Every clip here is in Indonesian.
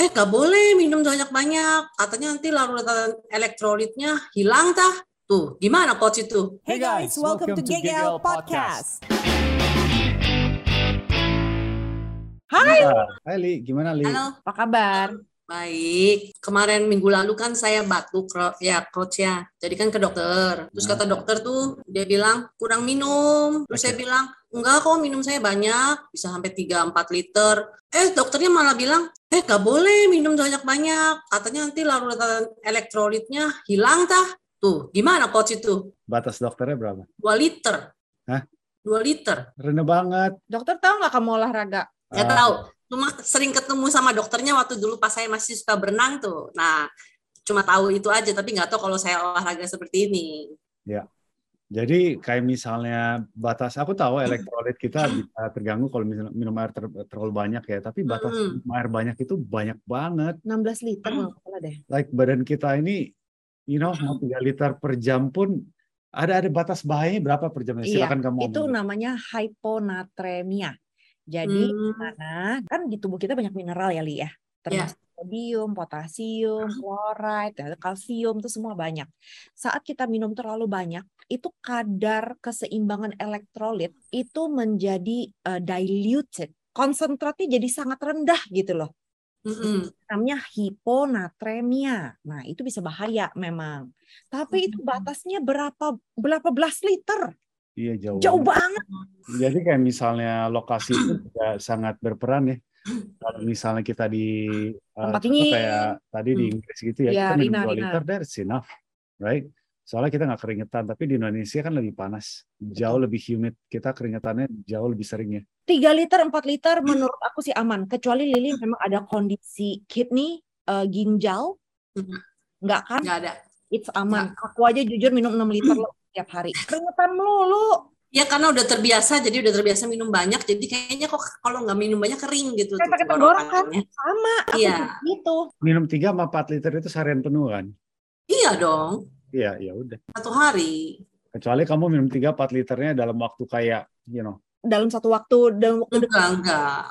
eh gak boleh minum banyak-banyak, katanya nanti larutan elektrolitnya hilang tah. Tuh, gimana coach itu? Hey guys, welcome, to Gig Out Podcast. Hai, Hai Li, gimana Li? Halo, apa kabar? baik. Kemarin minggu lalu kan saya batuk Ro- ya coach ya. Jadi kan ke dokter. Terus kata dokter tuh dia bilang kurang minum. Terus saya bilang enggak kok minum saya banyak, bisa sampai 3 4 liter. Eh dokternya malah bilang eh gak boleh minum banyak-banyak, katanya nanti larutan elektrolitnya hilang tah. Tuh, gimana coach itu? Batas dokternya berapa? 2 liter. Hah? 2 liter. Rendah banget. Dokter tahu nggak kamu olahraga? Nggak Ah, tahu. Cuma sering ketemu sama dokternya waktu dulu pas saya masih suka berenang tuh. Nah, cuma tahu itu aja tapi nggak tahu kalau saya olahraga seperti ini. Jadi kayak misalnya batas, aku tahu elektrolit kita bisa terganggu kalau misalnya minum air ter- terlalu banyak ya. Tapi batas Hmm. minum air banyak itu banyak banget. 16 liter nggak salah deh. Like badan kita ini, you know, mau 3 liter per jam pun ada ada batas bahayanya berapa per jamnya? Iya, Silakan kamu. Itu omongin. namanya hyponatremia. Jadi Hmm. mana kan di tubuh kita banyak mineral ya Li ya, Hmm. termasuk sodium, potasium, klorid, ya, kalsium itu semua banyak. Saat kita minum terlalu banyak, itu kadar keseimbangan elektrolit itu menjadi eh, diluted, konsentratnya jadi sangat rendah gitu loh. Mm-mm. namanya hiponatremia. Nah, itu bisa bahaya memang. Tapi itu Hmm. Mhm. batasnya berapa berapa belas liter? Iya jauh. Jauh banget. banget. Jadi kayak misalnya lokasi itu juga sangat berperan ya. Kalau misalnya kita di uh, Tempat contoh dingin. kayak tadi di Hmm. Inggris gitu ya, Ya, kita minum Rina, 2 Rina. liter that's enough, right? Soalnya kita nggak keringetan, tapi di Indonesia kan lebih panas, jauh lebih humid, kita keringetannya jauh lebih sering ya. 3 liter, 4 liter menurut aku sih aman. Kecuali Lili Hmm. memang ada kondisi kidney, eh, ginjal. Hmm. Mhm. Enggak kan? Nggak ada. It's aman. Aku aja jujur minum 6 liter loh tiap hari. Keringetan melulu. Ya karena udah terbiasa, jadi udah terbiasa minum banyak, jadi kayaknya kok kalau nggak minum banyak kering gitu. Kayak tuh pakai tenggorokan. tenggorokannya. Sama Iya, gitu. Minum 3 sama 4 liter itu seharian penuh kan? iya dong. Iya, ya udah. Satu hari. Kecuali kamu minum 3 4 liternya dalam waktu kayak, you know. Dalam satu waktu dalam Hmm. waktu Enggak, enggak.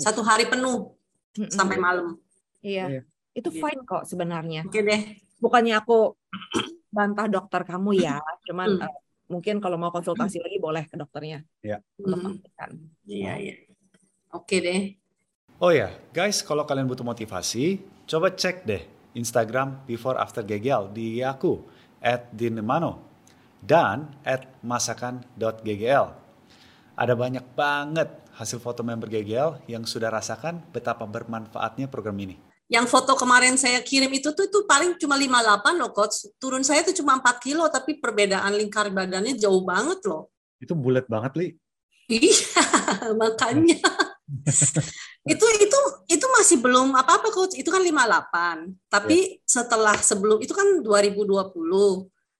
Satu hari penuh Mm-mm. sampai malam. Hmm. Iya. Iya. Itu Gitu. fine kok sebenarnya. Oke deh. bukannya aku bantah dokter kamu ya, cuman Hmm. eh, mungkin kalau mau konsultasi lagi boleh ke dokternya untuk Mm, pastikan. Iya, iya. Oke deh. Oh ya, guys, kalau kalian butuh motivasi, coba cek deh Instagram before after gegel di aku at dinemano dan at masakan.ggl. Ada banyak banget hasil foto member GGL yang sudah rasakan betapa bermanfaatnya program ini. yang foto kemarin saya kirim itu tuh itu paling cuma 58 loh coach. Turun saya tuh cuma 4 kilo tapi perbedaan lingkar badannya jauh banget loh. Itu bulat banget, Li. Iya, makanya. itu itu itu masih belum apa-apa coach. Itu kan 58. Tapi setelah sebelum itu kan 2020.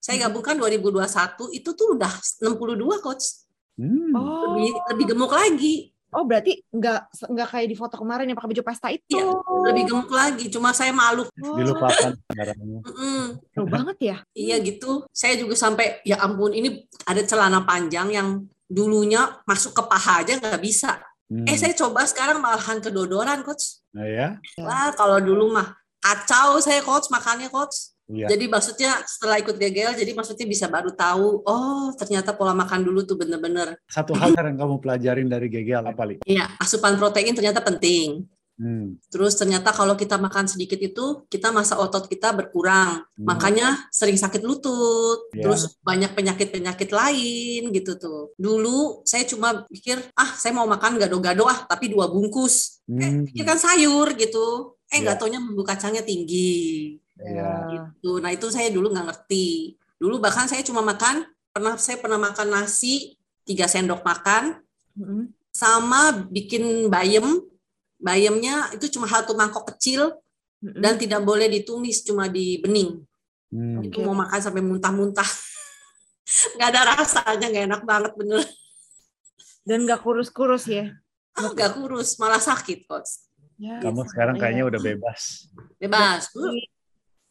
Saya gabungkan 2021 itu tuh udah 62 coach. Hmm. Oh, Lebih lebih gemuk lagi. oh berarti nggak nggak kayak di foto kemarin yang pakai baju pesta itu? Iya, Lebih gemuk lagi. Cuma saya malu. Oh, Dilupakan barangnya. Mm-mm. jauh banget ya. Iya gitu. Saya juga sampai ya ampun ini ada celana panjang yang dulunya masuk ke paha aja nggak bisa. Hmm. Eh saya coba sekarang malahan kedodoran coach. Nah, ya. Ya. Wah kalau dulu mah kacau saya coach makannya coach. Iya. Jadi maksudnya setelah ikut GGL jadi maksudnya bisa baru tahu oh ternyata pola makan dulu tuh bener-bener. Satu hal yang kamu pelajarin dari GGL apa, Li? Iya asupan protein ternyata penting. Hmm. Terus ternyata kalau kita makan sedikit itu kita masa otot kita berkurang. Hmm. Makanya sering sakit lutut, Iya. terus banyak penyakit-penyakit lain gitu tuh. Dulu saya cuma pikir, ah saya mau makan gado-gado ah, tapi dua bungkus. Eh, Hmm. pikir kan sayur gitu. Eh Iya. nggak taunya bumbu kacangnya tinggi. Iya. Gitu. Nah itu saya dulu nggak ngerti. Dulu bahkan saya cuma makan, pernah saya pernah makan nasi, tiga sendok makan, Mm-mm. sama bikin bayam, bayamnya itu cuma satu mangkok kecil Mm-mm. dan tidak boleh ditumis cuma dibening Hmm. itu mau makan sampai muntah-muntah nggak ada rasanya nggak enak banget bener dan nggak kurus-kurus ya. Ah, nggak kurus malah sakit coach Ya, Kamu sama, sekarang iya. kayaknya udah bebas. bebas dulu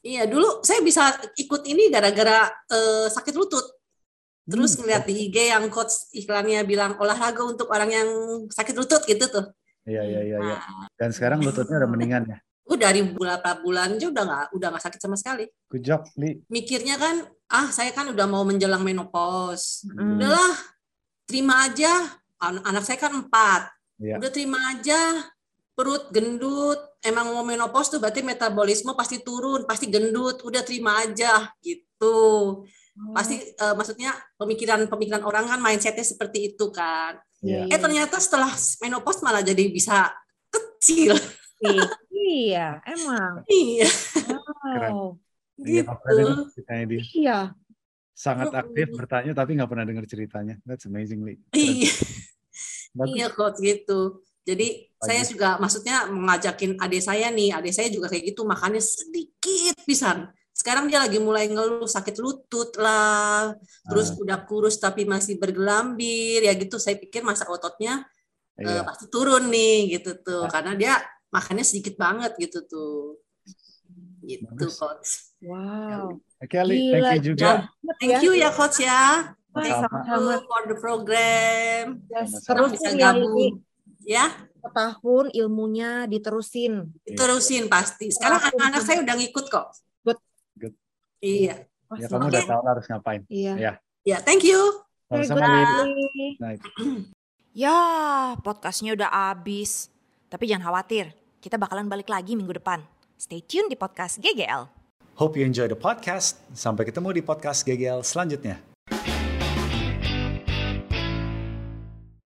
iya dulu saya bisa ikut ini gara-gara eh, sakit lutut terus Hmm. ngeliat di IG yang coach iklannya bilang olahraga untuk orang yang sakit lutut gitu tuh Nah. Iya, iya, iya. iya. Dan sekarang lututnya udah mendingan ya. Uh, dari beberapa bulan aja udah nggak udah nggak sakit sama sekali. Good job, Li. Mikirnya kan, ah saya kan udah mau menjelang menopause. Mm. Iya, Udahlah, terima aja. An- anak saya kan empat. Iya. Udah terima aja. Perut gendut. Emang mau menopause tuh berarti metabolisme pasti turun, pasti gendut. Udah terima aja gitu. Pasti eh, maksudnya pemikiran-pemikiran orang kan mindsetnya seperti itu kan. Iya. Eh ternyata setelah menopause malah jadi bisa kecil. Iya, Iya, emang. Iya. Keren. Wow. Iya, Pak Fred ini Gitu. ceritanya dia. Iya. Sangat aktif Mm-mm. bertanya tapi nggak pernah dengar ceritanya. That's amazing, Li. Keren. Iya. Bagus. Iya coach gitu. Jadi Oh, saya iya. juga maksudnya mengajakin adik saya nih, adik saya juga kayak gitu makannya sedikit pisan. Sekarang dia lagi mulai ngeluh sakit lutut lah, terus Ah. udah kurus tapi masih bergelambir ya gitu. Saya pikir masa ototnya eh, Iya. Ah. pasti turun nih gitu tuh, karena dia makannya sedikit banget gitu tuh. Gitu Bagus. coach. Wow. Oke, Li. Thank Gila, you juga. Thank you ya coach ya. Wah, Thank Sama-sama. you for the program. Yes, Sama-sama. Senang Terusin bisa ya ini. gabung. Ya. Setahun ilmunya diterusin. Iya, Terusin pasti. Sekarang Langsung. anak-anak saya udah ngikut kok. Good. Good. Iya. Wah, Ya kamu udah Oke. tahu lah harus ngapain. Iya. Ya, thank you. Oke, Sama-sama, good Li. day. Night. Ya, podcastnya udah abis. Tapi jangan khawatir, kita bakalan balik lagi minggu depan. Stay tune di podcast GGL. Hope you enjoy the podcast. Sampai ketemu di podcast GGL selanjutnya.